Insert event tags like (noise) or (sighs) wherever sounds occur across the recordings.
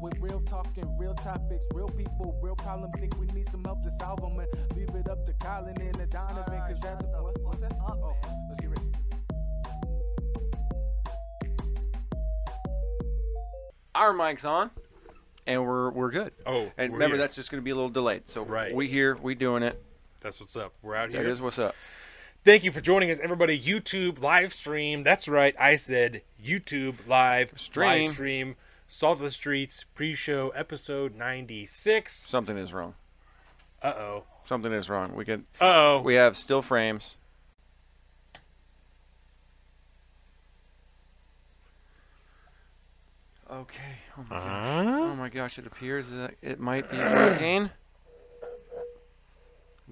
With real talking, real topics, real people, real problems. Think we need some help to solve them and leave it up to Colin and the Donovan. Alright, Cause shut that's the what, what's that? fuck up, oh, man. let's get ready. Our mic's on, and we're we're good. Oh, and we're remember here. that's just going to be a little delayed. So Right. we here, we doing it. That's what's up. We're out That here. is what's up. Thank you for joining us, everybody. YouTube live stream. That's right. I said YouTube live Stream. Live stream. Salt of the Streets pre-show episode ninety-six. Something is wrong. Uh oh. Something is wrong. We can Uh oh. we have still frames. Okay. Oh my gosh. Uh-huh. Oh my gosh, it appears that it might (clears throat) be working.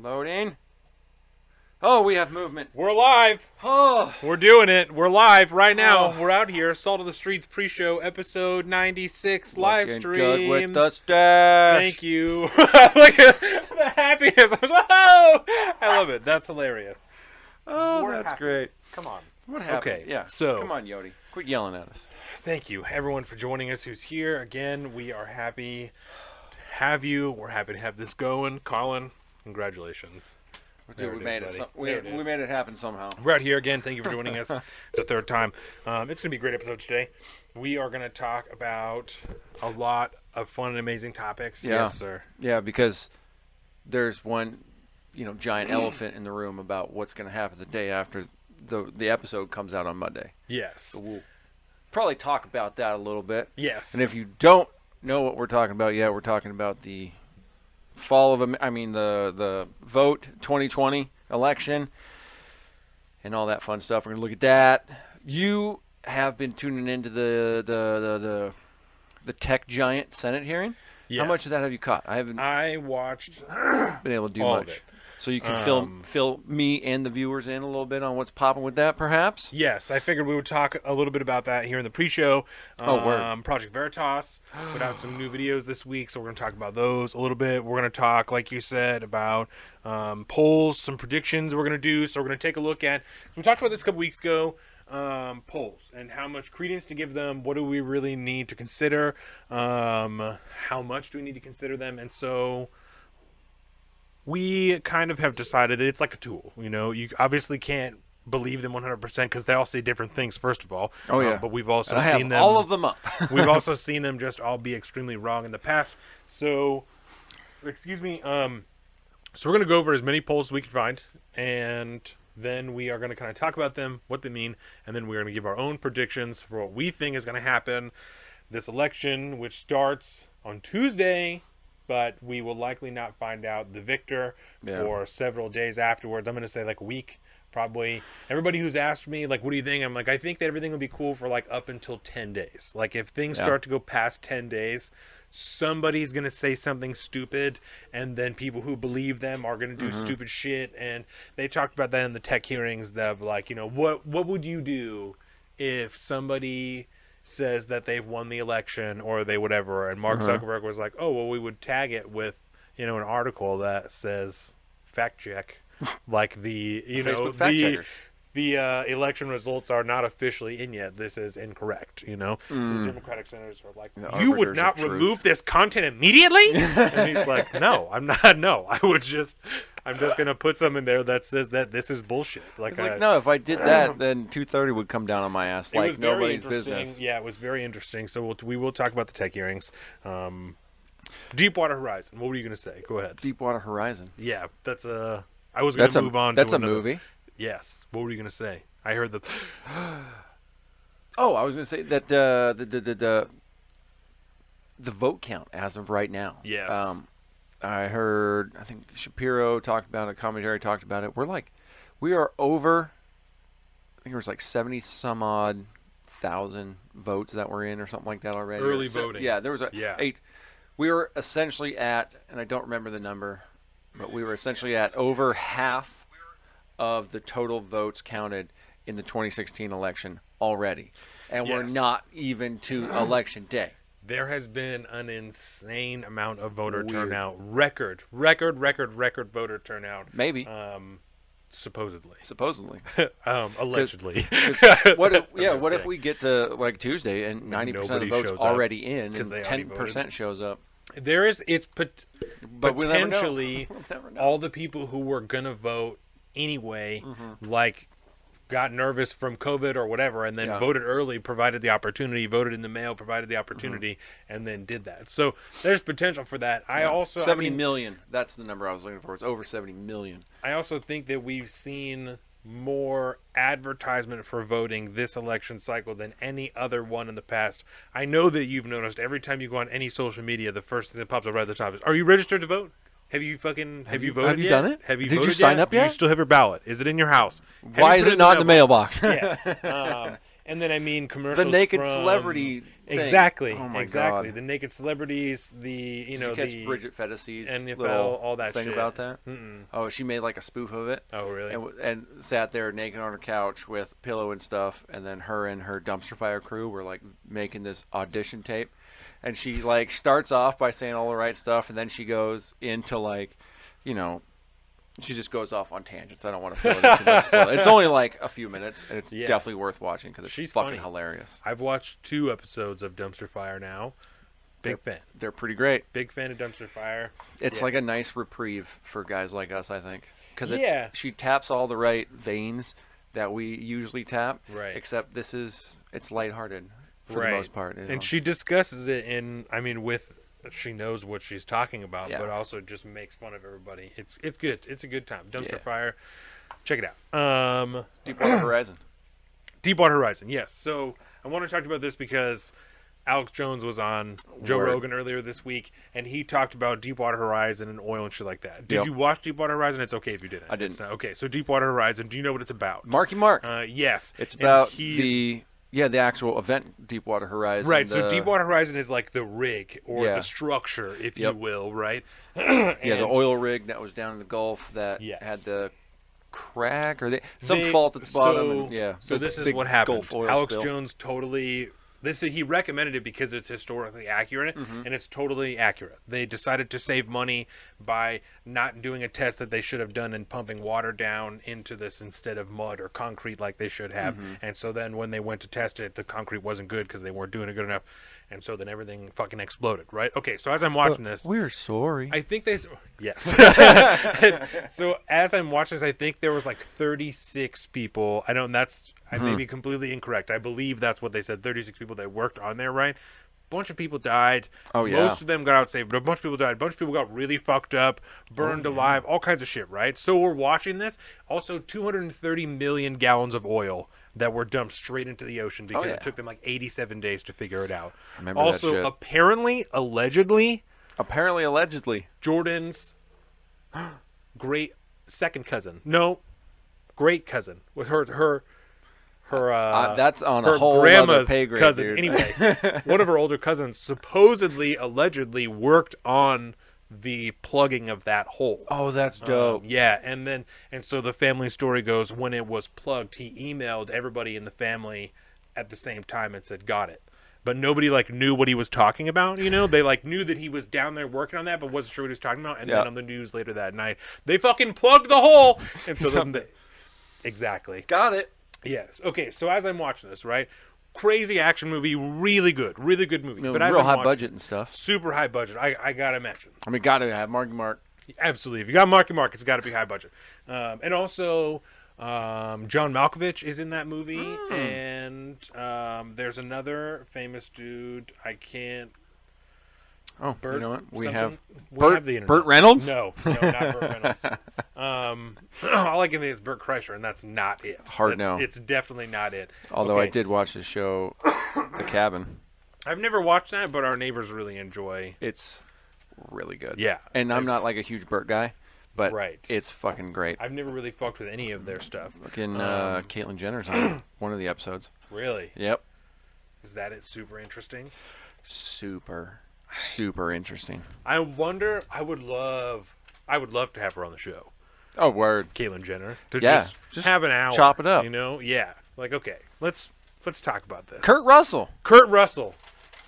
Loading. Oh, we have movement. We're live. Oh, We're doing it. We're live right now. Oh. We're out here. Salt of the Streets pre-show episode ninety-six live looking stream. Good with the stash. Thank you. (laughs) Look at the happiness. (laughs) oh, I love it. That's hilarious. Oh, We're that's happy. great. Come on. What happened? Okay, Yeah. so- come on, Yodi. Quit yelling at us. Thank you, everyone, for joining us who's here. Again, we are happy to have you. We're happy to have this going. Colin, congratulations. There Dude, we it is, made it. buddy. some- we, There it we is. made it happen somehow. We're out here again. Thank you for (laughs) joining us. It's the third time. Um, it's going to be a great episode today. We are going to talk about a lot of fun and amazing topics. Yeah. Yes, sir. Yeah, because there's one, you know, giant (clears throat) elephant in the room about what's going to happen the day after the the episode comes out on Monday. Yes. We'll probably talk about that a little bit. Yes. And if you don't know what we're talking about yet, we're talking about the fall of Am- I mean the the vote 2020 election and all that fun stuff. We're gonna look at that. You have been tuning into the the the the, the tech giant Senate hearing. How much of Yes. that have you caught? I haven't I watched been able to do all of much. it. Um, So you can fill fill me and the viewers in a little bit on what's popping with that, perhaps. Yes, I figured we would talk a little bit about that here in the pre-show. Um, Oh, word. Project Veritas put out some new videos this week, so we're going to talk about those a little bit. We're going to talk, like you said, about um, polls, some predictions we're going to do. So we're going to take a look at. We talked about this a couple weeks ago. Um, polls and how much credence to give them. What do we really need to consider? Um, how much do we need to consider them? And so we kind of have decided that it's like a tool. You know, you obviously can't believe them 100% because they all say different things. First of all, Oh, Uh, yeah. but we've also I seen have them. all of them up. (laughs) (laughs) we've also seen them just all be extremely wrong in the past. So, excuse me. Um, so we're gonna go over as many polls as we can find, and then we are gonna kind of talk about them, what they mean, and then we're gonna give our own predictions for what we think is gonna happen this election, which starts on Tuesday. But we will likely not find out the victor Yeah. for several days afterwards. I'm going to say like a week, probably. Everybody who's asked me like, "What do you think?" I'm like, I think that everything will be cool for like up until ten days. Like if things Yeah. start to go past ten days, somebody's going to say something stupid, and then people who believe them are going to do stupid shit. And they talked about that in the tech hearings. That like, you know, what what would you do if somebody says that they've won the election or they whatever and mark zuckerberg was like oh well we would tag it with you know an article that says (laughs) fact check like the you know Facebook fact the, checkers. the uh, election results are not officially in yet this is incorrect you know so the democratic senators are like Hmm. you would arbiters not of truth." remove this content (laughs) immediately and he's like no i'm not (laughs) no i would just i'm just gonna put some in there that says that this is bullshit like, uh, It's like, I- no, if I did (clears throat) that, then 230 would come down on my ass like nobody's interesting. business. Yeah, it was very interesting. So we'll, we will talk about the tech hearings. Um, Deepwater Horizon. What were you going to say? Go ahead. Deepwater Horizon. Yeah, that's a. I was going That's to a move on. that's to a another- movie. Yes. What were you going to say? I heard the. (gasps) Oh, I was going to say that uh, the, the the the the vote count as of right now. Um, Yes. I heard. I think Shapiro talked about it. Commentary talked about it. We're like, we are over. I think it was like seventy some odd thousand votes that were in, or something like that already. Early So- voting. Yeah, there was a Yeah. eight. We were essentially at, and I don't remember the number, but we were essentially at over half of the total votes counted in the 2016 election already, and we're Yes. not even to election day. There has been an insane amount of voter Weird. turnout. Record, record, record, record voter turnout. Maybe. Um, supposedly, (laughs) supposedly. um, allegedly. (laughs) What if, That's yeah, what if mistake. we get to like Tuesday and ninety percent of nobody the votes shows up already in, 'cause and they already ten voted. percent shows up? There is it's pot- But we'll never know. (laughs) potentially We'll never know. all the people who were gonna vote anyway, Mm-hmm. like got nervous from COVID or whatever, and then Yeah. voted early, provided the opportunity, voted in the mail, provided the opportunity, Mm-hmm. and then did that. So there's potential for that. I also I seventy mean, million. That's the number I was looking for. It's over seventy million. I also think that we've seen more advertisement for voting this election cycle than any other one in the past. I know that you've noticed every time you go on any social media, the first thing that pops up right at the top is, "Are you registered to vote?" Have you fucking have, you you- voted? have you yet? done it? Have you Did you voted sign up Do you yet? still have your ballot? Is it in your house? Have you Why put is it not in the mailbox? (laughs) (laughs) yeah. Um, and then I mean commercials. the naked from- celebrity. thing. Exactly. Oh my exactly. god. The naked celebrities. The you Did know you catch the Bridget Fettis's NFL, little all that thing shit. about that? Oh, she made like a spoof of it. Oh, really? And, w- and sat there naked on her couch with pillow and stuff, and then her and her dumpster fire crew were like making this audition tape, and she like starts off by saying all the right stuff, and then she goes into like, you know. She just goes off on tangents. I don't want to fill it in too (laughs) much. spoiler. It's only like a few minutes, and it's Yeah. definitely worth watching because it's She's fucking funny. hilarious. I've watched two episodes of Dumpster Fire now. Big fan. They're pretty great. Big fan of Dumpster Fire. It's Yeah. like a nice reprieve for guys like us, I think, because Yeah. she taps all the right veins that we usually tap. Right. Except this is it's lighthearted for right. the most part, you know. And she discusses it in I mean with she knows what she's talking about, Yeah. but also just makes fun of everybody. It's it's good. It's a good time. Dumpster Yeah. Fire. Check it out. Um Deepwater Horizon. Deepwater Horizon. Yes. So I want to talk about this because Alex Jones was on Joe Word. Rogan earlier this week, and he talked about Deepwater Horizon and oil and shit like that. Did Yep. you watch Deepwater Horizon? It's okay if you didn't. I It's didn't. not, okay. So Deepwater Horizon. Do you know what it's about? Marky Mark. Uh, yes. it's And about he- the yeah the actual event Deepwater Horizon. Right, so the- Deepwater Horizon is like the rig or Yeah. the structure, if Yep. you will, right? (clears throat) Yeah, the and- oil rig that was down in the Gulf that had Yes. the crack or they, some They- fault at the bottom. So, and, yeah. So there's a this is big what happened. Gulf oil Alex spill. Jones totally. This he recommended it because it's historically accurate, Mm-hmm. and it's totally accurate. They decided to save money by not doing a test that they should have done and pumping water down into this instead of mud or concrete like they should have. Mm-hmm. And so then when they went to test it, the concrete wasn't good because they weren't doing it good enough, and so then everything fucking exploded. Right? Okay. So as I'm watching this, We're sorry. I think they. s- Yes. (laughs) (laughs) so as I'm watching this, I think there was like 36 people. I don't. That's. I Hmm. may be completely incorrect. I believe that's what they said. 36 people that worked on there, right? Bunch of people died. Oh, yeah. Most of them got out safe, but a bunch of people died. A bunch of people got really fucked up, burned Oh, alive, all kinds of shit, right? So we're watching this. Also, 230 million gallons of oil that were dumped straight into the ocean because Oh, yeah. it took them like 87 days to figure it out. remember that Also, shit. apparently, allegedly, Apparently, allegedly. Jordan's great second cousin. No, great cousin with her her her. Uh, Uh, that's on a her whole other grandma's pay grade, cousin. dude. (laughs) Anyway, one of her older cousins supposedly allegedly worked on the plugging of that hole. Oh, that's dope. Um, Yeah, and then and so the family story goes when it was plugged, he emailed everybody in the family at the same time and said, "Got it." But nobody like knew what he was talking about, you know? They like knew that he was down there working on that but wasn't sure what he was talking about and Yeah. then on the news later that night, they fucking plugged the hole. And (laughs) so then they Exactly. Got it. Yes. Okay. So as I'm watching this, right, crazy action movie, really good, really good movie. No, but as real I'm high watching- budget and stuff. super high budget. I, I gotta imagine, I mean, got to have Marky Mark. absolutely. If you got Marky Mark, it's got to be high budget. Um, and also, um, John Malkovich is in that movie, Hmm. and um, there's another famous dude. (laughs) I can't. Oh, Burt, you know what? We something? have We Burt- have the internet. Burt Reynolds? No, no, not Burt Reynolds. um, (clears throat) all I can think is Burt Kreischer, and that's not it. Hard That's- no. It's definitely not it. Although I Okay. did watch the show, The Cabin. I've never watched that, but our neighbors really enjoy. It's really good. Yeah. and I'm I've- not like a huge Burt guy, but Right. it's fucking great. I've never really fucked with any of their stuff. Fucking um, uh, Caitlyn Jenner's (clears throat) on one of the episodes. Really? Yep, Is that it? Super interesting. super, super interesting. I wonder. I would love. I would love to have her on the show, Oh, word. Caitlyn Jenner. To Yeah, just, just have an hour. chop it up. You know? Yeah. Like okay, let's let's talk about this. Kurt Russell. Kurt Russell.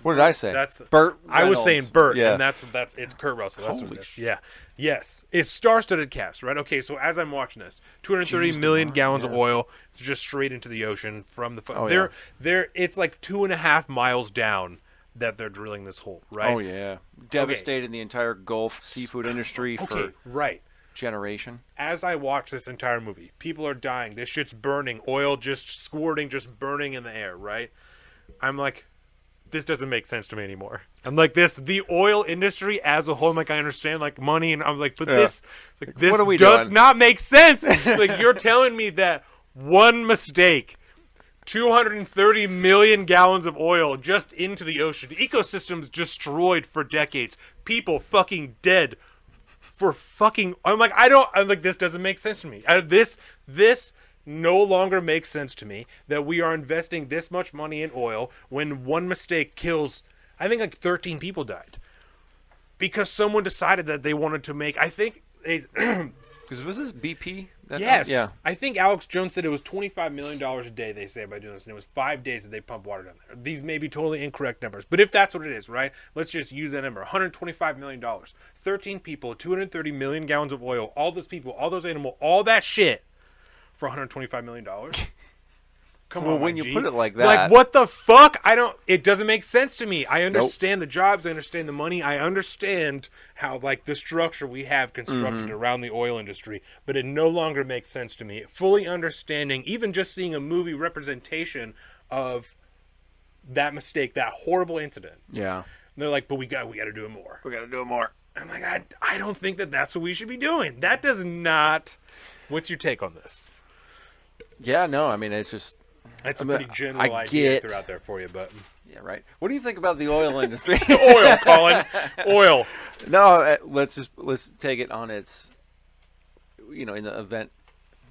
What did I say? That's Burt. I was Reynolds. saying Burt, Yeah. and that's what that's it's Kurt Russell. That's what Holy it is. sh- Yeah. Yes. It's star studded cast, right? Okay, so as I'm watching this, two hundred thirty million gallons of oil it's just straight into the ocean from the fu- Oh, they're yeah. they're it's like two and a half miles down that they're drilling this hole, right? Oh yeah, devastated the entire Gulf seafood industry Okay, for right. generation. As I watch this entire movie, people are dying. This shit's burning, oil just squirting, just burning in the air, right? I'm like, this doesn't make sense to me anymore. I'm like this, the oil industry as a whole. I'm like, I understand like money, and I'm like, but Yeah. this, it's like, this what are we does doing? not (laughs) make sense. like you're telling me that one mistake, 230 million gallons of oil just into the ocean, ecosystems destroyed for decades, people fucking dead for fucking. I'm like, I don't. I'm like, this doesn't make sense to me. I, this, this no longer makes sense to me that we are investing this much money in oil when one mistake kills. I think like 13 people died because someone decided that they wanted to make. I think. They, Because was this BP? That- uh, yes. Yeah. I think Alex Jones said it was $25 million a day they say by doing this, and it was five days that they pump water down there. These may be totally incorrect numbers, but if that's what it is, right? Let's just use that number $125 million. 13 people, 230 million gallons of oil, all those people, all those animals, all that shit for $125 million. Come Well, on, when my you G. put it like like that- what the fuck? I don't. It doesn't make sense to me. I understand the jobs, I understand the money, I understand how like the structure we have constructed Mm-hmm. around the oil industry, but it no longer makes sense to me. Fully understanding, even just seeing a movie representation of that mistake, that horrible incident, Yeah. and they're like, "But we got, we got to do it more." We gotta do more. I'm like, I, I don't think that that's what we should be doing. That does not. What's your take on this? Yeah. No. I mean, it's just. That's a I mean, pretty general I idea get- throughout there for you, but Yeah. Right. What do you think about the oil (laughs) industry? (laughs) oil, Colin, oil. no. uh, Let's just let's take it on its. You know, in the event,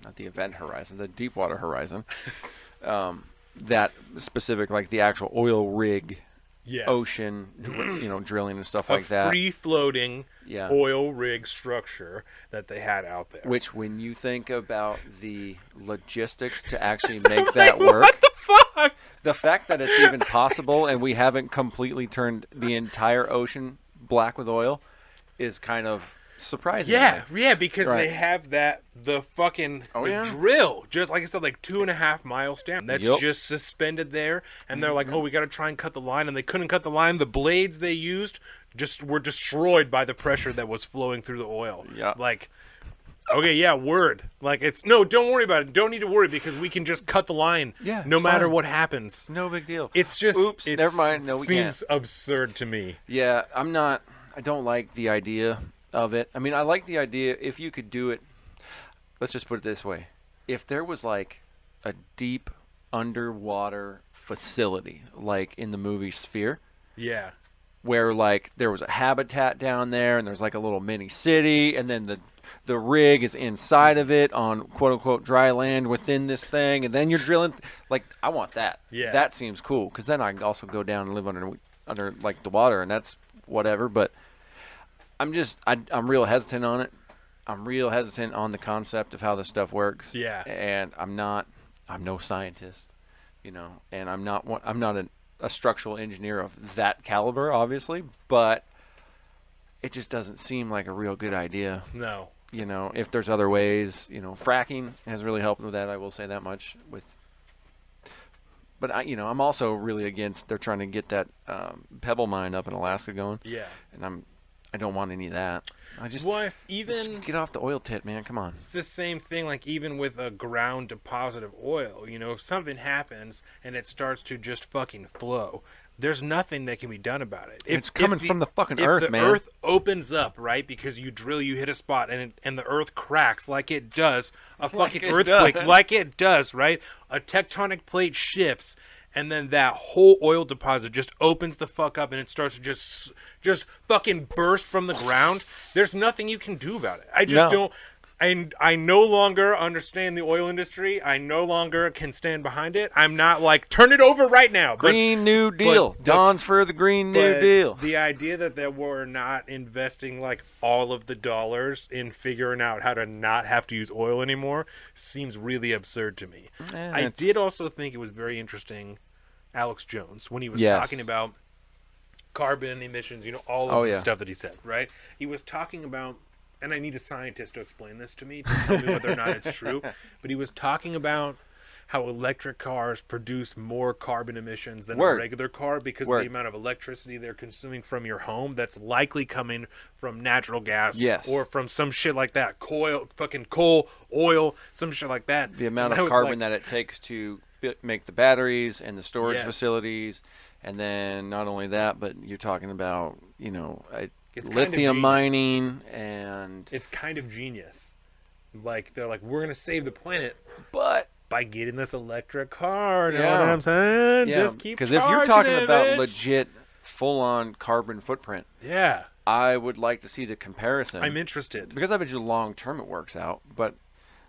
not the event horizon, the deep water (laughs) horizon. Um, that specific, like the actual oil rig, Yes. ocean, you know, drilling and stuff A Oh, like that. free floating Yeah. oil rig structure that they had out there. Which, when you think about the logistics (laughs) to actually make that work, What the fuck? the fact that it's even possible and we haven't completely turned the entire ocean black with oil is kind of surprising. to Yeah, me. yeah, because Right. they have that the fucking Oh, the yeah. drill, just like I said, like two and a half miles down. That's Yup. Mm-hmm. just suspended there, and they're like, oh, we got to try and cut the line, and they couldn't cut the line. The blades they used just were destroyed by the pressure that was flowing through the oil. Yeah. like. Okay, yeah, word. Like it's no, don't worry about it. Don't need to worry because we can just cut the line. Yeah, no it's matter fine. what happens. No big deal. It's just Oops, it's- never mind. No, we seems can't. absurd to me. Yeah, I'm not. I don't like the idea of it. I mean, I like the idea if you could do it. Let's just put it this way: if there was like a deep underwater facility, like in the movie Sphere, Yeah, where like there was a habitat down there and there's like a little mini city and then the the rig is inside of it on quote unquote dry land within this thing and then you're drilling like I want that. Yeah. That seems cool cuz then I can also go down and live under under like the water and that's whatever but I'm just I, I'm real hesitant on it. I'm real hesitant on the concept of how this stuff works. Yeah. And I'm not I'm no scientist you know, and I'm not one, I'm not an, a structural engineer of that caliber, obviously, but it just doesn't seem like a real good idea. no, You know, if there's other ways, you know, fracking has really helped with that. I will say that much. With, but I, you know, I'm also really against. They're trying to get that um, pebble mine up in Alaska going, yeah. and I'm, I don't want any of that. I just, Well, if just even get off the oil tit, man. Come on. it's the same thing like even with a ground deposit of oil you know if something happens and it starts to just fucking flow there's nothing that can be done about it if, It's coming from the fucking earth, if the man. earth opens up right because you drill you hit a spot and it, and the earth cracks like it does a fucking it earthquake does. like it does right a tectonic plate shifts and then that whole oil deposit just opens the fuck up and it starts to just just fucking burst from the ground there's nothing you can do about it i just No. don't I, I no longer understand the oil industry. I no longer can stand behind it. I'm not like turn it over right now. but- Green New Deal. the- Don's for the Green New but Deal. The idea that, that we're not investing like all of the dollars in figuring out how to not have to use oil anymore seems really absurd to me. Eh, I that's- did also think it was very interesting, Alex Jones, when he was Yes. talking about carbon emissions, you know, all of Oh, the yeah. stuff that he said, right? He was talking about, and I need a scientist to explain this to me to tell me whether or not it's (laughs) true, but he was talking about how electric cars produce more carbon emissions than a Word. regular car because of Word. the amount of electricity they're consuming from your home that's likely coming from natural gas Yes. or from some shit like that coil fucking coal oil some shit like that the amount And I of was carbon like, that it takes to bi- make the batteries and the storage Yes. facilities and then not only that but you're talking about you know I, It's kind of lithium genius. mining and it's kind of genius like they're like we're gonna save the planet but by getting this electric car know Yeah. what i'm saying yeah just keep if you're charging talking it, about bitch. legit full-on carbon footprint yeah i would like to see the comparison i'm interested because i bet you long term it works out but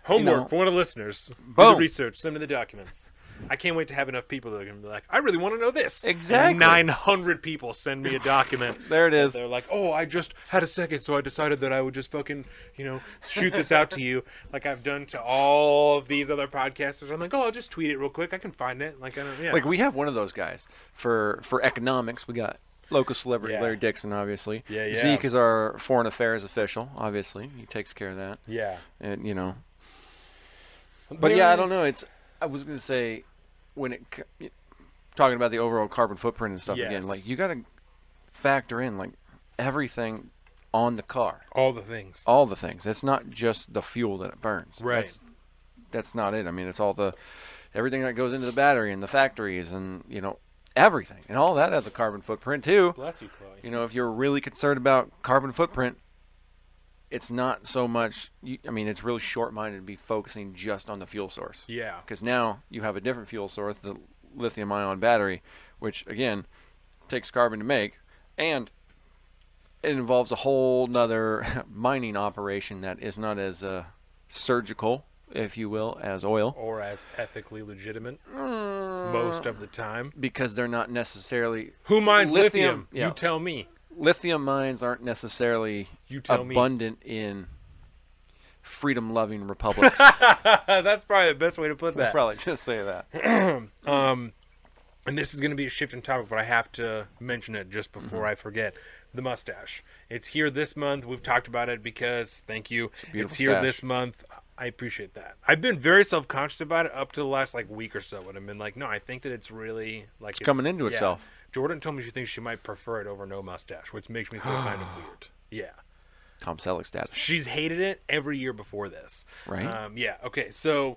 Homework know. for one of the listeners. Do the Boom. research. Send me the documents. I can't wait to have enough people that are going to be like, I really want to know this. Exactly. Nine hundred people send me (laughs) a document. there it is They're like, oh, I just had a second, so I decided that I would just fucking, you know, shoot this out (laughs) to you, like I've done to all of these other podcasters. I'm like, oh, I'll just tweet it real quick. I can find it. Like, I don't, (laughs) yeah. Like we have one of those guys for for economics. We got local celebrity Yeah. Larry Dixon, obviously. Yeah, yeah. Zeke is our foreign affairs official. Obviously, he takes care of that, yeah. and you know. But yeah, I don't know. It's I was gonna say when it c- talking about the overall carbon footprint and stuff again. Yes. Like you got to factor in like everything on the car, all the things. all the things. It's not just the fuel that it burns. Right. That's, that's not it. I mean, it's all the everything that goes into the battery and the factories and you know everything and all that has a carbon footprint too. Bless you, Chloe. You know, if you're really concerned about carbon footprint, it's not so much. You, I mean, it's really short-minded to be focusing just on the fuel source Yeah. because now you have a different fuel source, the lithium-ion battery, which again takes carbon to make and it involves a whole nother (laughs) mining operation that is not as uh, surgical, if you will, as oil. Or as ethically legitimate Mm. most of the time. because they're not necessarily Who mines lithium? Lithium, yeah. You tell me. lithium mines aren't necessarily You tell me. abundant in freedom (laughs) loving republics. (laughs) That's probably the best way to put that. Probably just say that. and this is going to be a shift in topic, but I have to mention it just before I forget. The mustache. It's here this month. We've talked about it because thank you. It's, beautiful here stache. this month. I appreciate that. I've been very self conscious about it up to the last like week or so, and I've been like, no, I think that it's really like it's, coming into itself. Jordan told me she thinks she might prefer it over no mustache, which makes me feel kind (gasps) of weird. Yeah. Tom Selleck status. She's hated it every year before this. Right. Um, yeah. Okay. So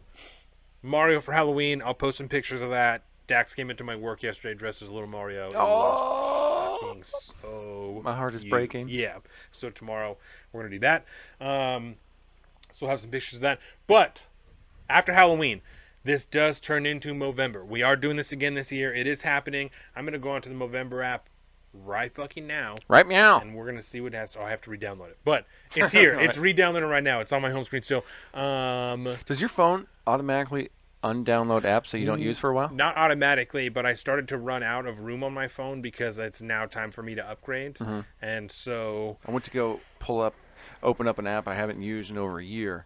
Mario for Halloween. I'll post some pictures of that. Dax came into my work yesterday dressed as little Mario. It was Oh. fucking so My heart is cute. breaking. Yeah. So tomorrow we're gonna do that. Um, so we'll have some pictures of that. But after Halloween. This does turn into Movember. We are doing this again this year. It is happening. I'm gonna go onto the Movember app right fucking now Right meow. and we're gonna see what it has to. oh, I have to re-download it, but (laughs) it's here. It's re-downloaded right now. It's on my home screen still. Um, Does your phone automatically undownload apps that you don't use for a while? not automatically, but I started to run out of room on my phone because it's now time for me to upgrade, Mm-hmm. and so I went to go pull up, open up an app I haven't used in over a year,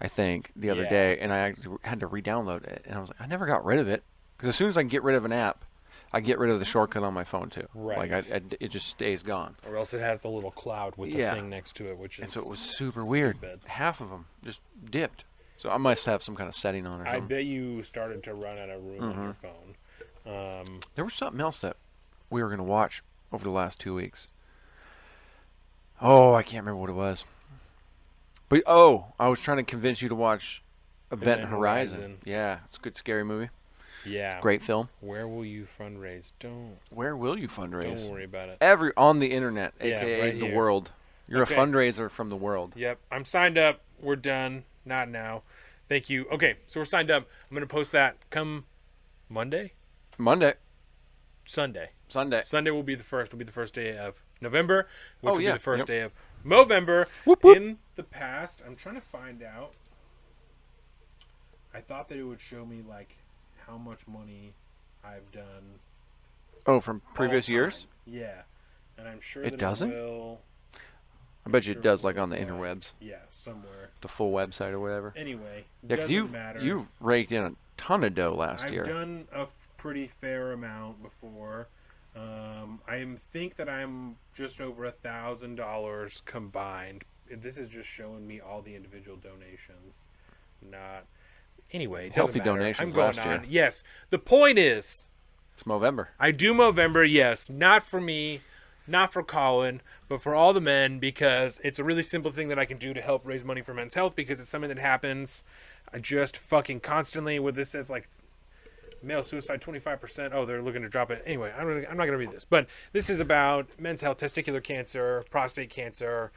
I think, the other Yeah. day, and I actually had to re-download it, and I was like, I never got rid of it because as soon as I get rid of an app, I get rid of the shortcut on my phone too. Right. Like I, I, it just stays gone. or else it has the little cloud with the Yeah. thing next to it, which is And so it was super weird. stupid. Half of them just dipped. So I must have some kind of setting on or I something. bet you started to run out of room on your Mm-hmm. phone. Um, There was something else that we were going to watch over the last two weeks. Oh, I can't remember what it was. But oh, I was trying to convince you to watch Event Event Horizon. Horizon. Yeah, it's a good scary movie. yeah, Great film. Where will you fundraise? Don't Where will you don't fundraise? worry about it. Every on the internet, Yeah, aka right the here. world. You're Okay. a fundraiser from the world. Yep. I'm signed up. We're done. Not now. Thank you. Okay, so we're signed up. I'm gonna post that come Monday, Monday, Sunday. Sunday. Sunday will be the first. Will be the first day of November, which Oh, will yeah. be the first Yep. day of Movember. Whoop, whoop. In the past, I'm trying to find out. I thought that it would show me like how much money I've done Oh, from previous all time. years? Yeah, and I'm sure It that doesn't? It will, I bet you sure it does what like it on the looked like. interwebs, yeah, somewhere. the full website or whatever. Anyway, Yeah, doesn't because you matter. you raked in a ton of dough last I've year. done a f- pretty fair amount before. Um, I am- think that I'm just over a thousand dollars combined. This is just showing me all the individual donations, not. Anyway, it doesn't Healthy matter. donations I'm going last year. on. Yes, the point is, It's November. I do Movember, yes. Not for me, not for Colin, but for all the men because it's a really simple thing that I can do to help raise money for men's health because it's something that happens uh, just fucking constantly. Where this says like male suicide 25%. Oh, they're looking to drop it. Anyway, I'm, gonna, I'm not going to read this, but this is about men's health, testicular cancer, prostate cancer.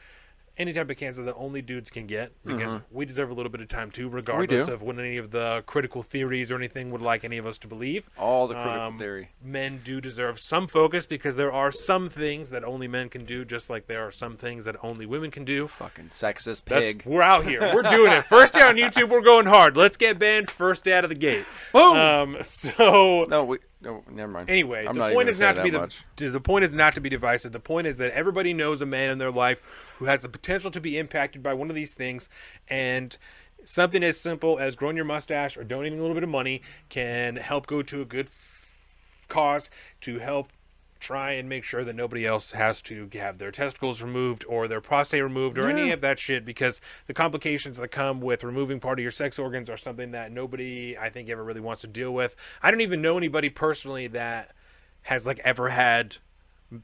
Any type of cancer that only dudes can get, because we deserve a little bit of time too, regardless of what any of the critical theories or anything would like any of us to believe All the critical Um, theory. men do deserve some focus because there are some things that only men can do, just like there are some things that only women can do. Fucking sexist That's, pig. We're out here. We're doing it. First day on YouTube, we're going hard. Let's get banned first day out of the gate. Boom. Um, so no, we. No, never mind. anyway, I'm the not even point gonna is say not to that be the, much. the point is not to be divisive. The point is that everybody knows a man in their life who has the potential to be impacted by one of these things, and something as simple as growing your mustache or donating a little bit of money can help go to a good f- cause to help try and make sure that nobody else has to have their testicles removed or their prostate removed or any of that shit because the complications that come with removing part of your sex organs are something that nobody I think ever really wants to deal with. I don't even know anybody personally that has like ever had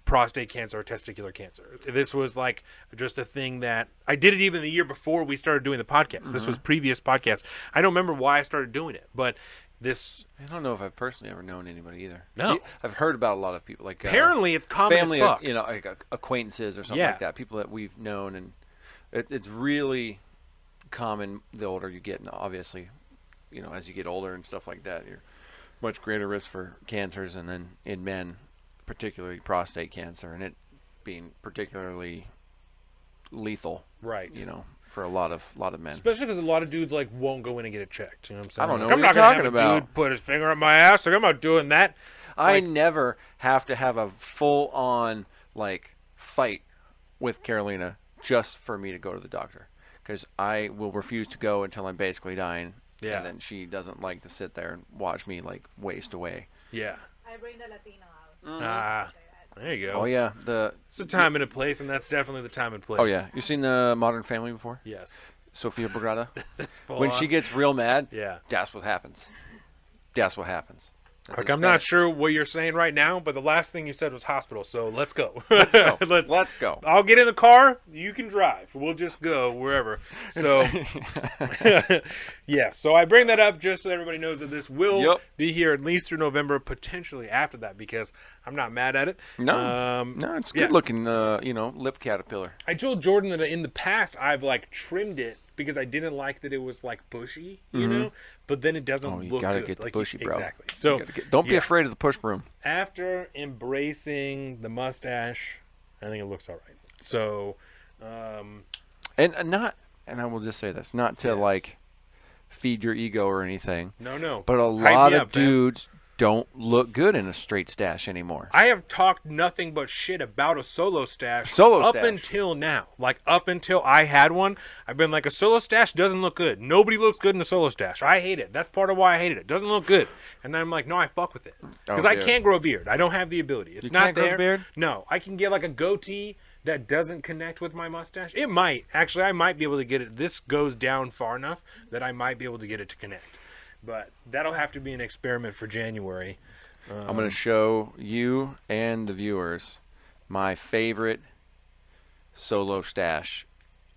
prostate cancer or testicular cancer. This was like just a thing that I did it even the year before we started doing the podcast. This was previous podcast. I don't remember why I started doing it, but this I don't know if I've personally ever known anybody either. No. Y- I've heard about a lot of people like uh, apparently it's common family, as fuck. you know, like ac- acquaintances or something Yeah. like that. People that we've known, and it, it's really common the older you get, and obviously, you know, as you get older and stuff like that, you're much greater risk for cancers, and then in men, particularly prostate cancer, and it being particularly lethal, right. you know, for a lot of lot of men. Especially because a lot of dudes like won't go in and get it checked. You know what I'm saying? I don't know Like, what I'm you're not gonna talking have a about. dude put his finger up my ass. Like I'm not doing that. I Like- never have to have a full on like fight with Carolina just for me to go to the doctor because I will refuse to go until I'm basically dying. Yeah. And then she doesn't like to sit there and watch me like waste away. Yeah. I bring the Latino out. Ah, there you go. Oh yeah, the It's a time and a place, and that's definitely the time and place. oh yeah, you seen the Modern Family before? Yes. Sofia Vergara. (laughs) Full when on. she gets real mad, Yeah. that's what happens. That's what (laughs) happens. That's Like a I'm not Spanish- sure what you're saying right now, but the last thing you said was hospital. So let's go. (laughs) go. Oh, Let's go. I'll get in the car. You can drive. We'll just go wherever. So (laughs) yeah. So I bring that up just so everybody knows that this will Yep. be here at least through November, potentially after that, because I'm not mad at it. No, Um, no, it's yeah. good looking. Uh, you know, lip caterpillar. I told Jordan that in the past I've like trimmed it because I didn't like that it was like bushy, you know. But then it doesn't Mm-hmm. Oh, you look gotta good. get the Like, bushy, bro. Exactly. You So gotta get- don't be yeah. afraid of the push broom. after embracing the mustache, I think it looks all right. So, um, and and not and I will just say this, not to Yes. like feed your ego or anything, no, no. but a Hype me lot of up, fam. dudes don't look good in a straight stash anymore. I have talked nothing but shit about a solo stash Solo up stash. until now. Like up until I had one, I've been like a solo stash doesn't look good. Nobody looks good in a solo stash. I hate it. That's part of why I hated it. Doesn't look good. And I'm like, no, I fuck with it because Oh, I dude. can't grow a beard. I don't have the ability. It's You not can't grow a there. beard? No, I can get like a goatee that doesn't connect with my mustache. It might actually. I might be able to get it. This goes down far enough that I might be able to get it to connect. But that'll have to be an experiment for January. I'm Um, going to show you and the viewers my favorite solo stash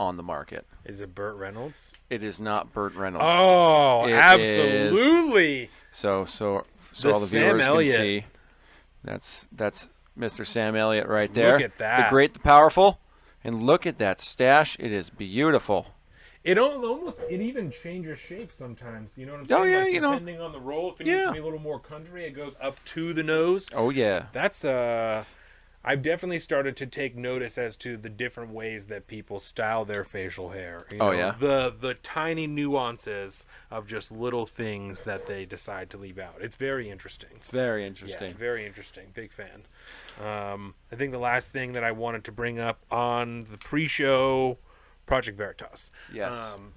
on the market. Is it Burt Reynolds? It is not Burt Reynolds. Oh, It absolutely. So so so The all the Sam viewers Elliott. can see. That's that's Mr. Sam Elliott right there. at that. The great, the powerful. And look at that stash. It is beautiful. It al- almost it even changes shape sometimes. You know what I'm Oh, saying? yeah, Like, you know. depending on the roll, if it needs Yeah. to be a little more country, it goes up to the nose. Oh yeah. That's uh I've definitely started to take notice as to the different ways that people style their facial hair. You Oh, know, yeah. The the tiny nuances of just little things that they decide to leave out. It's very interesting. It's very Yeah, interesting. very interesting. Big fan. Um, I think the last thing that I wanted to bring up on the pre-show, um, Project Veritas. Yes. Um,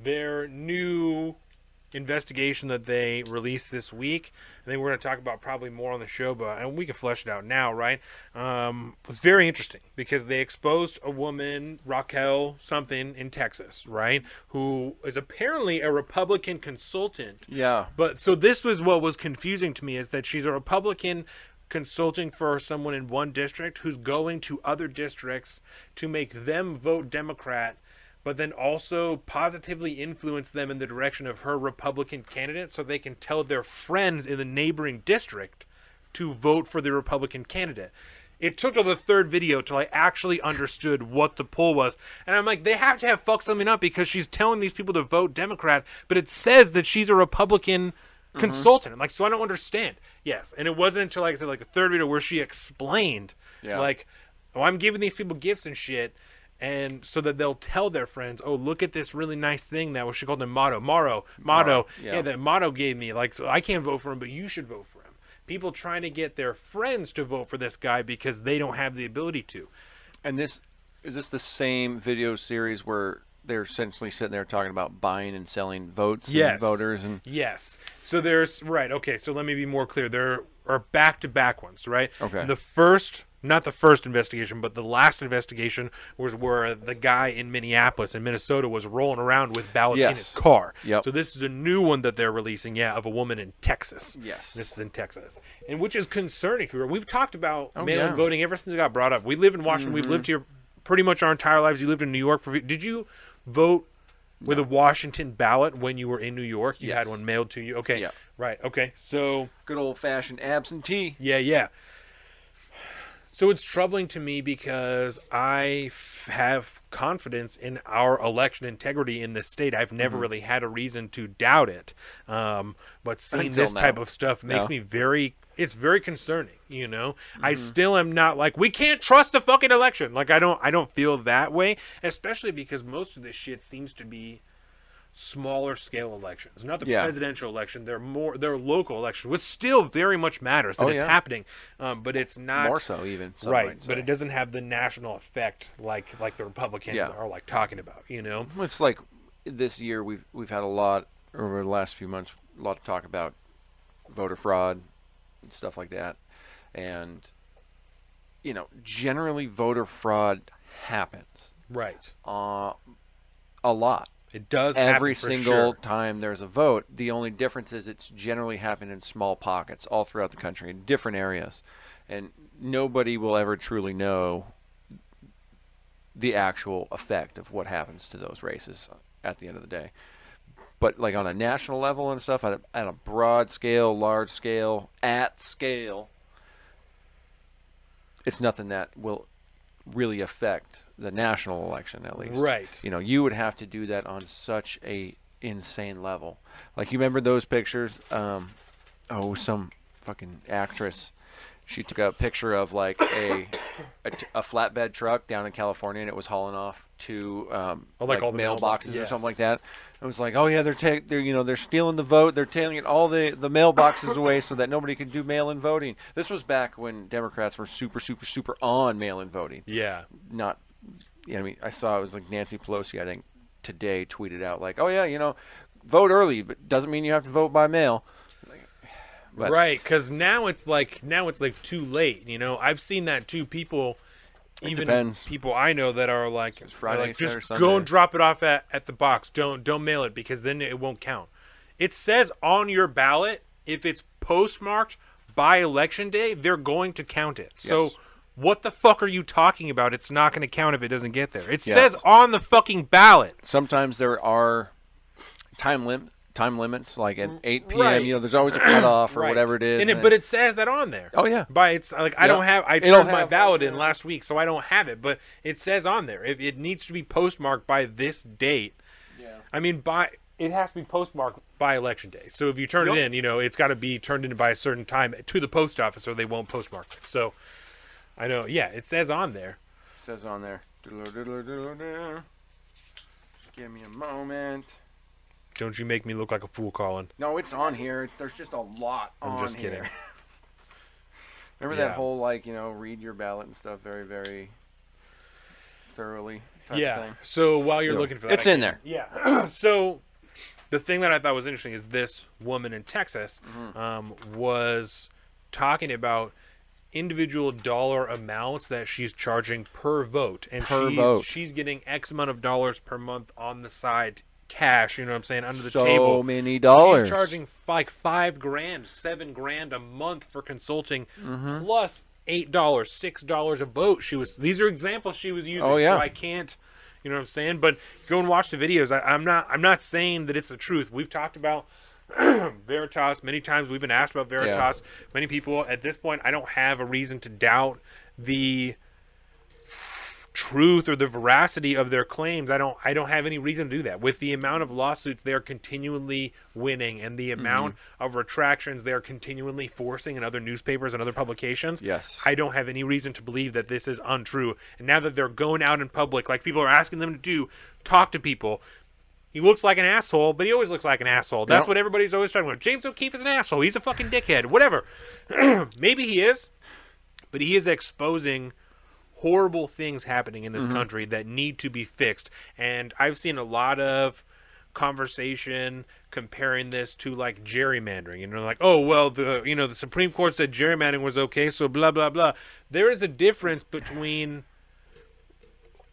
their new investigation that they released this week. I think we're going to talk about probably more on the show, but and we can flesh it out now, right? Um, it's very interesting because they exposed a woman, Raquel something, in Texas, right, who is apparently a Republican consultant. Yeah. But so this was what was confusing to me is that she's a Republican consulting for someone in one district who's going to other districts to make them vote Democrat, but then also positively influence them in the direction of her Republican candidate so they can tell their friends in the neighboring district to vote for the Republican candidate. It took till the third video till I actually understood what the poll was. And I'm like, they have to have fucked something up because she's telling these people to vote Democrat, but it says that she's a Republican consultant. I'm like, so I don't understand. Yes. And it wasn't until like I said, like the third video where she explained Yeah. like, Oh, I'm giving these people gifts and shit and so that they'll tell their friends, Oh, look at this really nice thing that was she called him motto. Motto. Motto. yeah. yeah, that Motto gave me. Like, so I can't vote for him, but you should vote for him. People trying to get their friends to vote for this guy because they don't have the ability to. And this is this the same video series where they're essentially sitting there talking about buying and selling votes and Yes. voters and Yes. So there's right. Okay. So let me be more clear. There are back to back ones, right? Okay. The first, not the first investigation, but the last investigation was where the guy in Minneapolis in Minnesota was rolling around with ballots in his Yes. car. Yep. So this is a new one that they're releasing. Yeah, of a woman in Texas. Yes. This is in Texas, and which is concerning. We've talked about mail-in Oh, yeah. voting ever since it got brought up. We live in Washington. We've lived Mm-hmm. here pretty much our entire lives. You lived in New York for. Did you vote? With a Washington ballot when you were in New York, you Yes. had one mailed to you. Okay. Yeah. Right. Okay. So good old fashioned absentee. yeah, yeah. So it's troubling to me because I f- have confidence in our election integrity in this state. I've Mm-hmm. never really had a reason to doubt it. Um, but seeing Until this type now. of stuff makes No. me very. It's very concerning, you know. I Mm-hmm. still am not like we can't trust the fucking election. Like I don't, I don't feel that way, especially because most of this shit seems to be smaller scale elections, not the Yeah. presidential election. They're more they're local elections, which still very much matters that Oh, it's yeah. happening, um, but it's not More so even. some right. might But say. it doesn't have the national effect like like the Republicans Yeah. are like talking about. You know, it's like this year we've we've had a lot over the last few months, a lot to talk about voter fraud and stuff like that. And you know, generally voter fraud happens. right? Uh a lot. It does happen every for single sure. time there's a vote. The only difference is it's generally happened in small pockets all throughout the country in different areas. And nobody will ever truly know the actual effect of what happens to those races at the end of the day. But like on a national level and stuff, at a, at a broad scale, large scale, at scale, it's nothing that will really affect the national election at least. Right. You know, you would have to do that on such a insane level. Like you remember those pictures? Um, oh, some fucking actress. She took a picture of like a a, t- a flatbed truck down in California, and it was hauling off two um, Oh, like all the mailboxes mailbox- or something like that. yes. It was like, oh yeah, they're ta- they're you know they're stealing the vote, they're tailing all the the mailboxes away so that nobody could do mail-in voting. This was back when Democrats were super super super on mail-in voting Yeah, not you know, I mean I saw it was like Nancy Pelosi I think today tweeted out like oh yeah you know vote early but doesn't mean you have to vote by mail But- right. Because now it's like now it's like too late. You know, I've seen that too. People. Even depends. people I know that are like, are Friday, like, Saturday, just Sunday." go and drop it off at, at the box. Don't don't mail it because then it won't count. It says on your ballot if it's postmarked by election day, they're going to count it. So Yes. what the fuck are you talking about? It's not going to count if it doesn't get there. It Yes. says on the fucking ballot. sometimes there are time lim time limits like at 8 p.m. Mm, Right. you know there's always a cutoff or Right. whatever it is And it, but it says that on there. Oh, yeah. By it's like I don't have I It don't turned my have- ballot in last week, so I don't have it. But it says on there it, it needs to be postmarked by this date. Yeah. I mean by it has to be postmarked by election day. So if you turn it Yup. in, you know it's got to be turned in by a certain time to the post office, or they won't postmark it. So I know. Yeah, it says on there. says on there just give me a moment Don't you make me look like a fool, Colin? no it's on here there's just a lot I'm on just kidding. here. (laughs) remember Yeah. that whole like you know read your ballot and stuff very very thoroughly type of Yeah. thing So while you're looking for that, it's I in there Yeah. (clears throat) so the thing that I thought was interesting is this woman in Texas Mm-hmm. um, was talking about individual dollar amounts that she's charging per vote, and Per she's vote. she's getting X amount of dollars per month on the side, cash. You know what I'm saying? Under the so table, many dollars. She's charging like five grand, seven grand a month for consulting, Mm-hmm. plus eight dollars, six dollars a vote. She was. These are examples she was using. Oh, yeah. So I can't. You know what I'm saying? But go and watch the videos. I, I'm not. I'm not saying that it's the truth. We've talked about (clears throat) Veritas many times. We've been asked about Veritas. Many people at this point. I don't have a reason to doubt the truth or the veracity of their claims i don't i don't have any reason to do that with the amount of lawsuits they're continually winning and the amount Mm-hmm. of retractions they're continually forcing in other newspapers and other publications Yes. i don't have any reason to believe that this is untrue and now that they're going out in public like people are asking them to do talk to people he looks like an asshole, but he always looks like an asshole. That's Yep. what everybody's always talking about. James O'Keefe is an asshole. He's a fucking dickhead. Whatever. (clears throat) Maybe he is, but he is exposing horrible things happening in this country that need to be fixed. And I've seen a lot of conversation comparing this to like gerrymandering. You know, like, oh well the you know, the Supreme Court said gerrymandering was okay, so blah blah blah. There is a difference between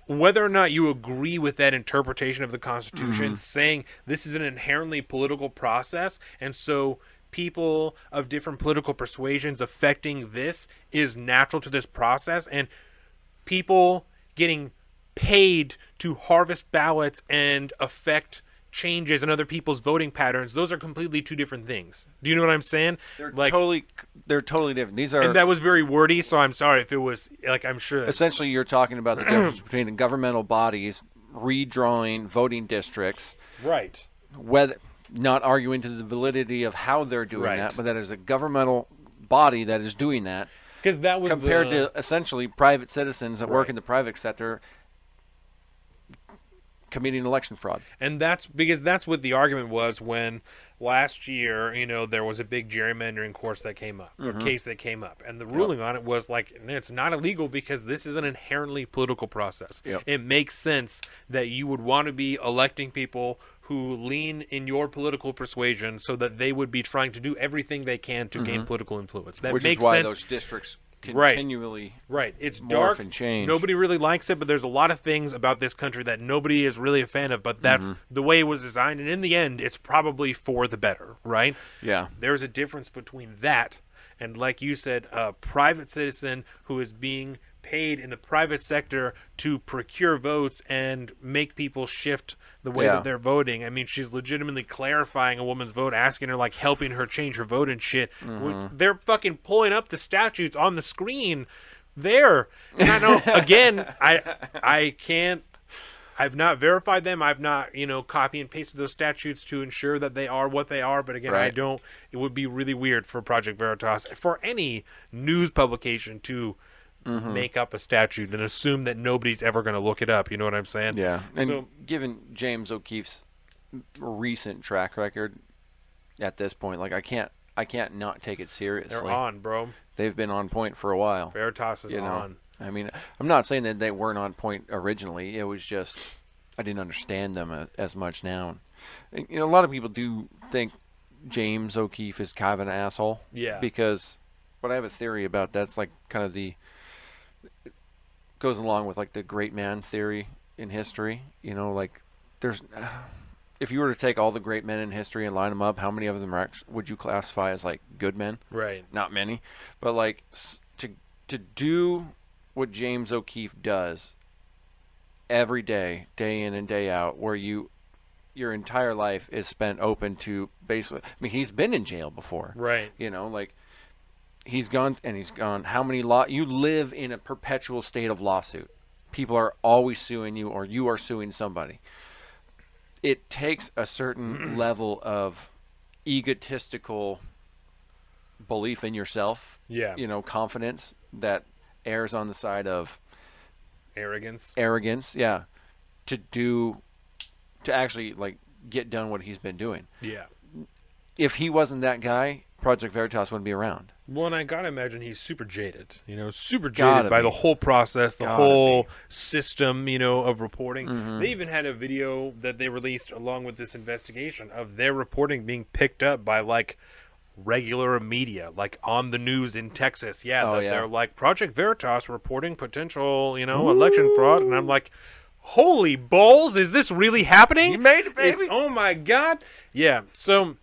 whether or not you agree with that interpretation of the Constitution, Mm-hmm. saying this is an inherently political process, and so people of different political persuasions affecting this is natural to this process, and people getting paid to harvest ballots and affect changes in other people's voting patterns those are completely two different things do you know what i'm saying They're totally, they're totally different. These are and that was very wordy so i'm sorry if it was like i'm sure essentially you're talking about (clears throat) the difference between the governmental bodies redrawing voting districts, right whether not arguing to the validity of how they're doing Right. that, but that is a governmental body that is doing that because that was compared the- to essentially private citizens that work Right. in the private sector committing election fraud. And that's because that's what the argument was when last year, you know, there was a big gerrymandering course that came up, Mm-hmm. or case that came up. And the ruling on it was like, "No, it's not illegal because this is an inherently political process. Yep. It makes sense that you would want to be electing people who lean in your political persuasion so that they would be trying to do everything they can to gain political influence. That Mm-hmm. which makes is why sense. those districts Right. continually Right. It's morph dark. and change. Nobody really likes it, but there's a lot of things about this country that nobody is really a fan of, but that's Mm-hmm. the way it was designed. And in the end, it's probably for the better, right? Yeah. There's a difference between that and, like you said, a private citizen who is being paid in the private sector to procure votes and make people shift the way Yeah. that they're voting. I mean, she's legitimately clarifying a woman's vote, asking her, like, helping her change her vote and shit. When Mm-hmm. They're fucking pulling up the statutes on the screen there. And I know, (laughs) again, I, I can't. I've not verified them. I've not, you know, copy and pasted those statutes to ensure that they are what they are. But again, I Right. don't. It would be really weird for Project Veritas, for any news publication, to Mm-hmm. make up a statute and assume that nobody's ever going to look it up. You know what I'm saying? Yeah, and so given James O'Keefe's recent track record, at this point, like I can't, I can't not take it seriously. they're on, bro. They've been on point for a while. Veritas is you know, on. I mean, I'm not saying that they weren't on point originally. It was just I didn't understand them a- as much now. And, you know, a lot of people do think James O'Keefe is kind of an asshole. Yeah. Because, but I have a theory about that's like kind of the goes along with like the great man theory in history. You know, like there's if you were to take all the great men in history and line them up, how many of them are act- would you classify as like good men? Right. not many, but like s- to to do what James O'Keefe does every day, day in and day out, where you your entire life is spent open to basically. I mean, he's been in jail before, Right. You know, like he's gone and he's gone. How many law? You live in a perpetual state of lawsuit. People are always suing you, or you are suing somebody. It takes a certain level of egotistical belief in yourself. Yeah. You know, confidence that errs on the side of Arrogance. arrogance. Yeah. To do, to actually like get done what he's been doing. Yeah. if he wasn't that guy, Project Veritas wouldn't be around. Well, and I gotta imagine he's super jaded. You know, super Gotta jaded by be. the whole process, the Gotta Mm-hmm. whole system. You know, of reporting. They even had a video that they released along with this investigation of their reporting being picked up by like regular media, like on the news in Texas. Yeah, Oh, that yeah. they're like Project Veritas reporting potential, you know, election fraud, and I'm like. Holy balls! Is this really happening? You made it, It's- baby. oh my god! Yeah. So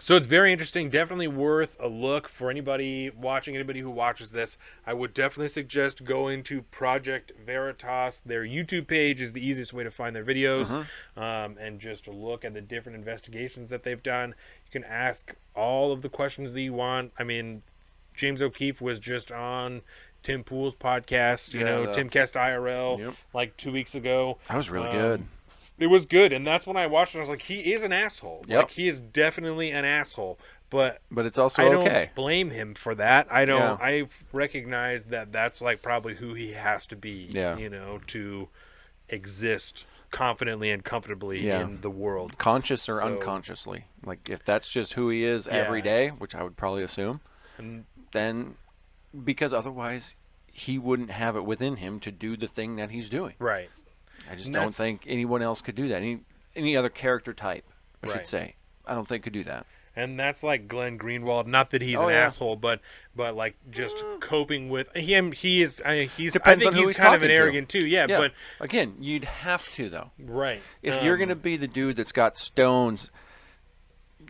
so it's very interesting. Definitely worth a look for anybody watching, anybody who watches this. I would definitely suggest going to Project Veritas. Their YouTube page is the easiest way to find their videos Mm-hmm. um, and just look at the different investigations that they've done. You can ask all of the questions that you want. I mean, James O'Keefe was just on Tim Pool's podcast, you Yeah, know, the- Timcast IRL, Yep. like two weeks ago. That was really Um, good. it was good, and that's when I watched it. I was like, he is an asshole. Yep. Like he is definitely an asshole. But But it's also I don't okay. blame him for that. I Yeah. don't. I recognize that that's like probably who he has to be. Yeah. You know, to exist confidently and comfortably Yeah. in the world. Conscious or So- unconsciously. Like if that's just who he is every Yeah. day, which I would probably assume, And then because otherwise he wouldn't have it within him to do the thing that he's doing. right. I just And don't that's- think anyone else could do that. Any any other character type, I should Right. say. I don't think could do that. and that's like Glenn Greenwald. Not that he's Oh, an yeah. asshole, but but like just coping with him. He is. I, he's. I Depends think on who he's, he's kind of talking to. an arrogant too. Yeah, Yeah. But again, you'd have to though. right. If you're Um, going to be the dude that's got stones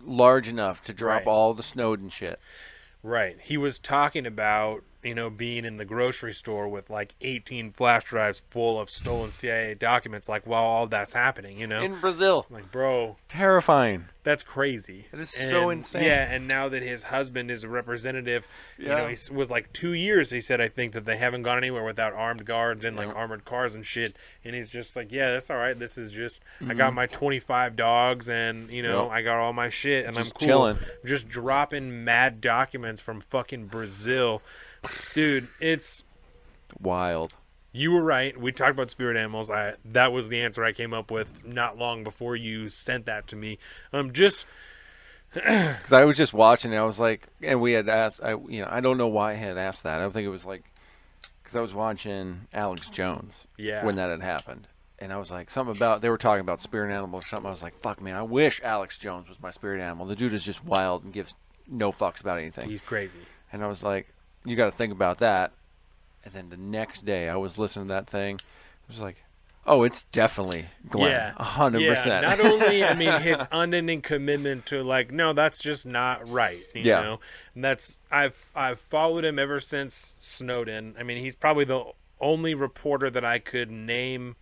large enough to drop Right. all the Snowden shit. Right. He was talking about, you know, being in the grocery store with like 18 flash drives full of stolen CIA documents, like while all that's happening, you know? In Brazil. like, bro, Terrifying. that's crazy. That is so insane. Yeah, and now that his husband is a representative, you know, Yeah. he s- was like two years. He said, I think that they haven't gone anywhere without armed guards and like Yeah. armored cars and shit. And he's just like, yeah, that's all right. This is just I got my twenty five dogs and you know Mm-hmm. Yep. I got all my shit and I'm Just cool. chilling. Just dropping mad documents from fucking Brazil, dude. It's Wild. you were right. We talked about spirit animals. I that was the answer I came up with not long before you sent that to me. Um, just Because I was just watching, and I was like, and we had asked, I you know, I don't know why I had asked that. I don't think it was like, because I was watching Alex Jones. Yeah. When that had happened, and I was like, something about they were talking about spirit animal or something. I was like, fuck man, I wish Alex Jones was my spirit animal. The dude is just wild and gives no fucks about anything. he's crazy. And I was like, you got to think about that. And then the next day, I was listening to that thing. I was like, oh, it's definitely Glenn. Yeah, a 100%. Yeah, not only I mean his unending commitment to like, no, that's just not right. You Yeah. know, and that's I've I've followed him ever since Snowden. I mean, he's probably the only reporter that I could name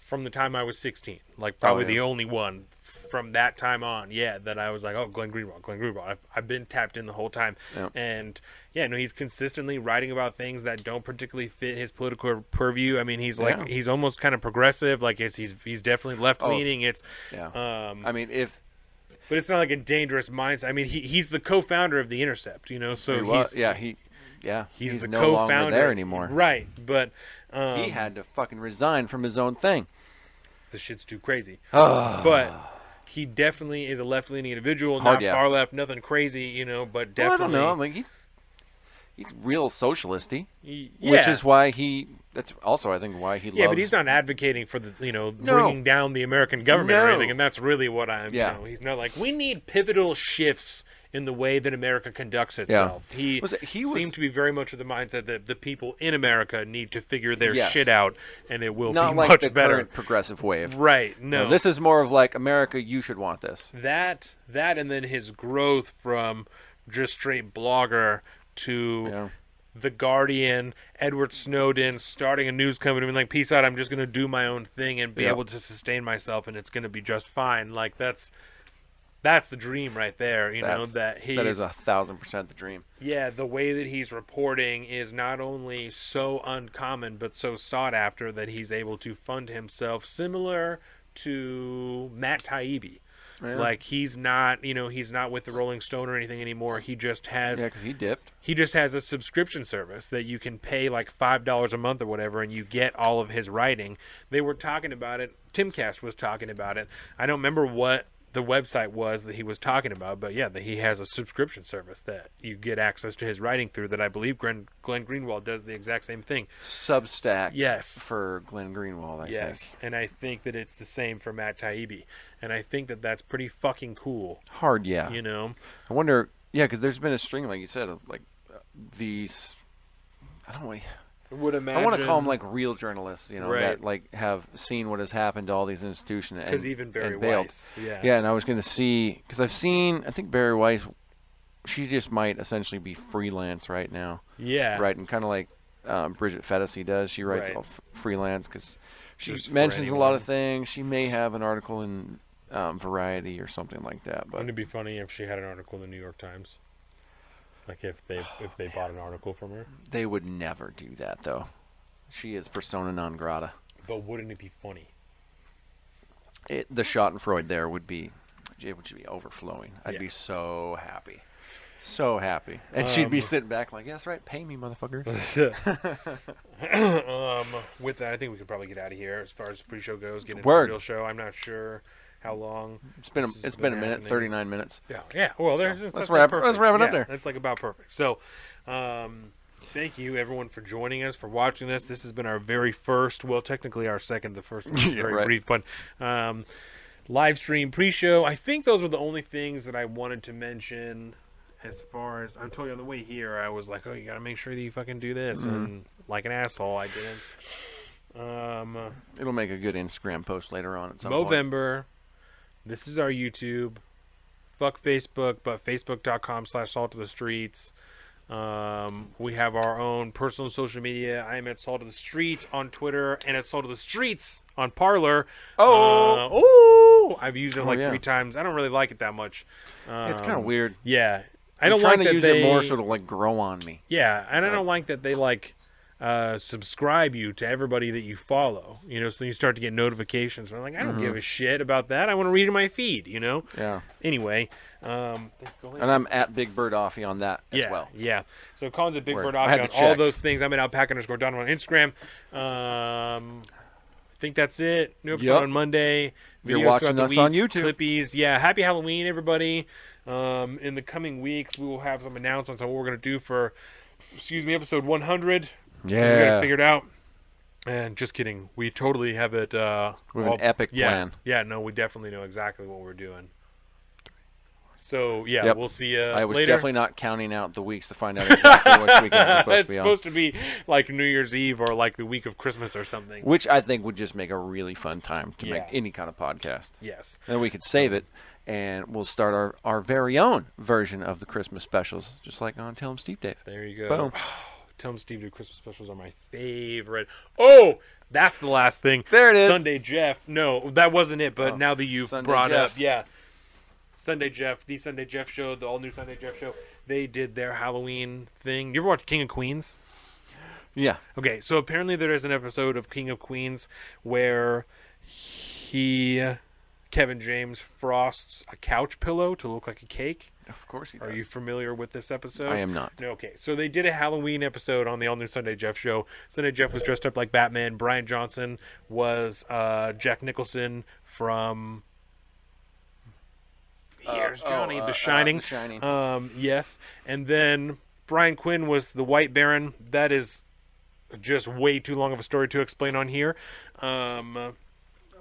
from the time I was 16. Like probably Oh, yeah. the only one from that time on. Yeah, that I was like, oh, Glenn Greenwald, Glenn Greenwald. I've, I've been tapped in the whole time. Yeah. And yeah, no, he's consistently writing about things that don't particularly fit his political purview. I mean, he's like Yeah. he's almost kind of progressive. Like it's, he's he's definitely left Oh. leaning. It's (laughs) Yeah. um, I mean, if but it's not like a dangerous mindset. I mean, he he's the co-founder of the Intercept. You know, so he he's was, yeah, he, yeah, he's, the no co-founder longer there anymore. Right, but um, He had to fucking resign from his own thing. the shit's too crazy. Ah. but he definitely is a left-leaning individual, Hard not yeah. far left, nothing crazy, you know. But Well, I don't definitely, know. I'm like, he's he's real socialisty, y- which yeah. is why he. That's also, I think, why he Yeah, loves. but he's not advocating for the you know No. bringing down the American government or No. anything, and that's really what I'm. Yeah. You know, he's not like we need pivotal shifts in the way that America conducts itself. He Was it- he was- seemed to be very much of the mindset that the people in America need to figure their Yes. shit out, and it will not be like much the better. current progressive wave. Right? No, No, this is more of like America. You should want this. that that and then his growth from just straight blogger to Yeah. the guardian edward snowden starting a news company and like peace out i'm just going to do my own thing and be Yep. able to sustain myself and it's going to be just fine like that's that's the dream right there you know That's, that he's that is a thousand percent the dream. yeah, the way that he's reporting is not only so uncommon but so sought after that he's able to fund himself similar to Matt Taibbi. Like he's not, you know, he's not with the Rolling Stone or anything anymore. He just has Yeah, because he dipped. he just has a subscription service that you can pay like five dollars a month or whatever, and you get all of his writing. They were talking about it. Timcast was talking about it. I don't remember what the website was that he was talking about. But yeah, that he has a subscription service that you get access to his writing through. That I believe Glenn, Glenn Greenwald does the exact same thing. Substack. Yes. For Glenn Greenwald, I yes, think. and I think that it's the same for Matt Taibbi, and I think that that's pretty fucking cool. Hard, yeah. You know, I wonder, yeah, because there's been a string, like you said, of like uh, these. I don't want. would imagine. I want to call them like real journalists, you know, Right. that like have seen what has happened to all these institutions. because Because even Barry and bailed. Weiss. Yeah. Yeah, and I was going to see because I've seen. I think Barry Weiss, she just might essentially be freelance right now, Yeah. right? And kind of like um, Bridget Fetisi does. She writes Right. all f- freelance because she Just for mentions a lot of anyone. things. She may have an article in um, Variety or something like that. But Wouldn't it be funny if she had an article in the New York Times? Like if they Oh, if they bought an article from her. they would never do that, though. She is persona non grata. But wouldn't it be (laughs) funny? (laughs) It, the Schadenfreude there would be, it would be overflowing. I'd Yeah. be so happy. So happy. And she'd be Um, sitting back like, yes, right, pay me, (laughs) motherfuckers. um, with that, I think we could probably get out of here as far as the pre-show goes. Get into Word. the real show. I'm not sure how long. It's been a, this has it's been, a minute, happening. 39 minutes. Yeah, yeah. Well, there's, that's, that's wrap- let's perfect. wrap it up Yeah, there. That's like about perfect. So, um, thank you everyone for joining us for watching this. This has been our very first, well, technically our second. (laughs) The first one was Yeah, very right. brief, but um, live stream pre-show. I think those were the only things that I wanted to mention. As far as I'm told you on the way here, I was like, "Oh, you gotta make sure that you fucking do this," Mm-hmm. and like an asshole, I didn't. Um, It'll make a good Instagram post later on at some point. November. This is our YouTube. Fuck Facebook, but facebook.com slash salt of the streets. Um, we have our own personal social media. I am at salt of the street on Twitter and at salt of the streets on Parlor. Oh, Uh, oh, I've used it like yeah. three times. I don't really like it that much. it's kind of Um, weird. Yeah. I I'm don't trying like to that use they, it more so to like grow on me. yeah, and I don't like that they like uh, subscribe you to everybody that you follow. You know, so you start to get notifications. And I'm like, I don't give a shit about that. I want to read in my feed. You know. Yeah, Anyway, um, and I'm at Big Bird Offie on that yeah, as well. yeah. So Colin's at Big Word. Bird I Off had on to all check. those things. I'm at Alpaca underscore Don on Instagram. Um, I think that's it. New episode Yep. on Monday. You're Videos watching throughout the us on week, YouTube. Clippies. Yeah. Happy Halloween, everybody. Um, in the coming weeks, we will have some announcements on what we're going to do for, excuse me, episode 100. We got it Yeah, figured out. And just kidding. We totally have it. Uh, We have an epic yeah, plan. Yeah, no, we definitely know exactly what we're doing. So, yeah, Yep. we'll see you I was later. definitely not counting out the weeks to find out exactly which weekend (laughs) we're supposed to it's be on. supposed to be like New Year's Eve or like the week of Christmas or something. Which I think would just make a really fun time to make Yeah. any kind of podcast. yes. And we could save it, and we'll start our, our very own version of the Christmas specials, just like on Tell 'em Steve Dave. There you go. Boom. (sighs) Tell 'em Steve do Christmas specials are my favorite. Oh, that's the last thing. There it is. Sunday Jeff. No, that wasn't it. But Oh, now that you've Sunday brought Jeff. up, yeah. Sunday Jeff, the Sunday Jeff show, the all new Sunday Jeff show. They did their Halloween thing. You ever watch King of Queens? Yeah. Okay, so apparently there is an episode of King of Queens where he, Kevin James, frosts a couch pillow to look like a cake. Of course he does. Are you familiar with this episode? I am not. No, Okay, so they did a Halloween episode on the all new Sunday Jeff show. Sunday Jeff was dressed up like Batman. Brian Johnson was uh, Jack Nicholson from. Here's oh, Johnny, uh, uh, The Shining. The Shining. Um, yes, and then Brian Quinn was the White Baron. That is just way too long of a story to explain on here. Um,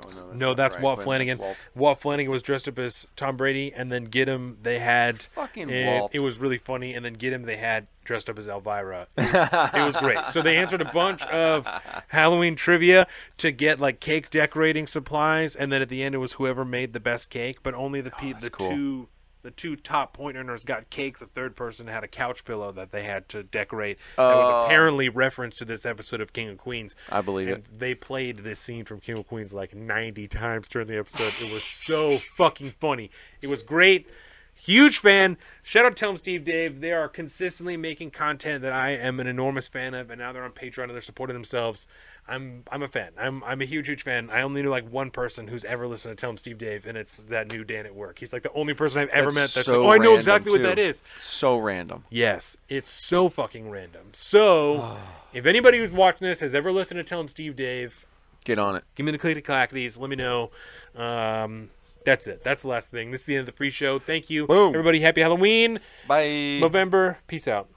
Oh, no, no, not that's Brian Walt Quinn, that's Flanagan. Walt. Walt. Flanagan was dressed up as Tom Brady, and then get him. They had Fucking it, Walt. It was really funny, and then get him. They had dressed up as Elvira. (laughs) it was great. So they answered a bunch of Halloween trivia to get like cake decorating supplies, and then at the end it was whoever made the best cake, but only the pe- the Oh, cool. two. The two top point earners got cakes. A third person had a couch pillow that they had to decorate. That Oh. was apparently reference to this episode of King of Queens. I believe And it. they played this scene from King of Queens like 90 times during the episode. It was so fucking funny. It was great. Huge fan. Shout out to Tell 'em Steve Dave. They are consistently making content that I am an enormous fan of, and now they're on Patreon and they're supporting themselves. I'm I'm a fan. I'm I'm a huge huge fan. I only know like one person who's ever listened to Tell 'em Steve Dave, and it's that new Dan at work. He's like the only person I've ever That's met. That's so like, oh, I know random, exactly what too. that is. So random. Yes, it's so fucking random. (sighs) So, if anybody who's watching this has ever listened to Tell 'em Steve Dave, Get on it. give me the clickety clackities. Let me know. Um, That's it. That's the last thing. This is the end of the pre-show. Thank you, Boom. everybody. Happy Halloween, Bye. November. Peace out.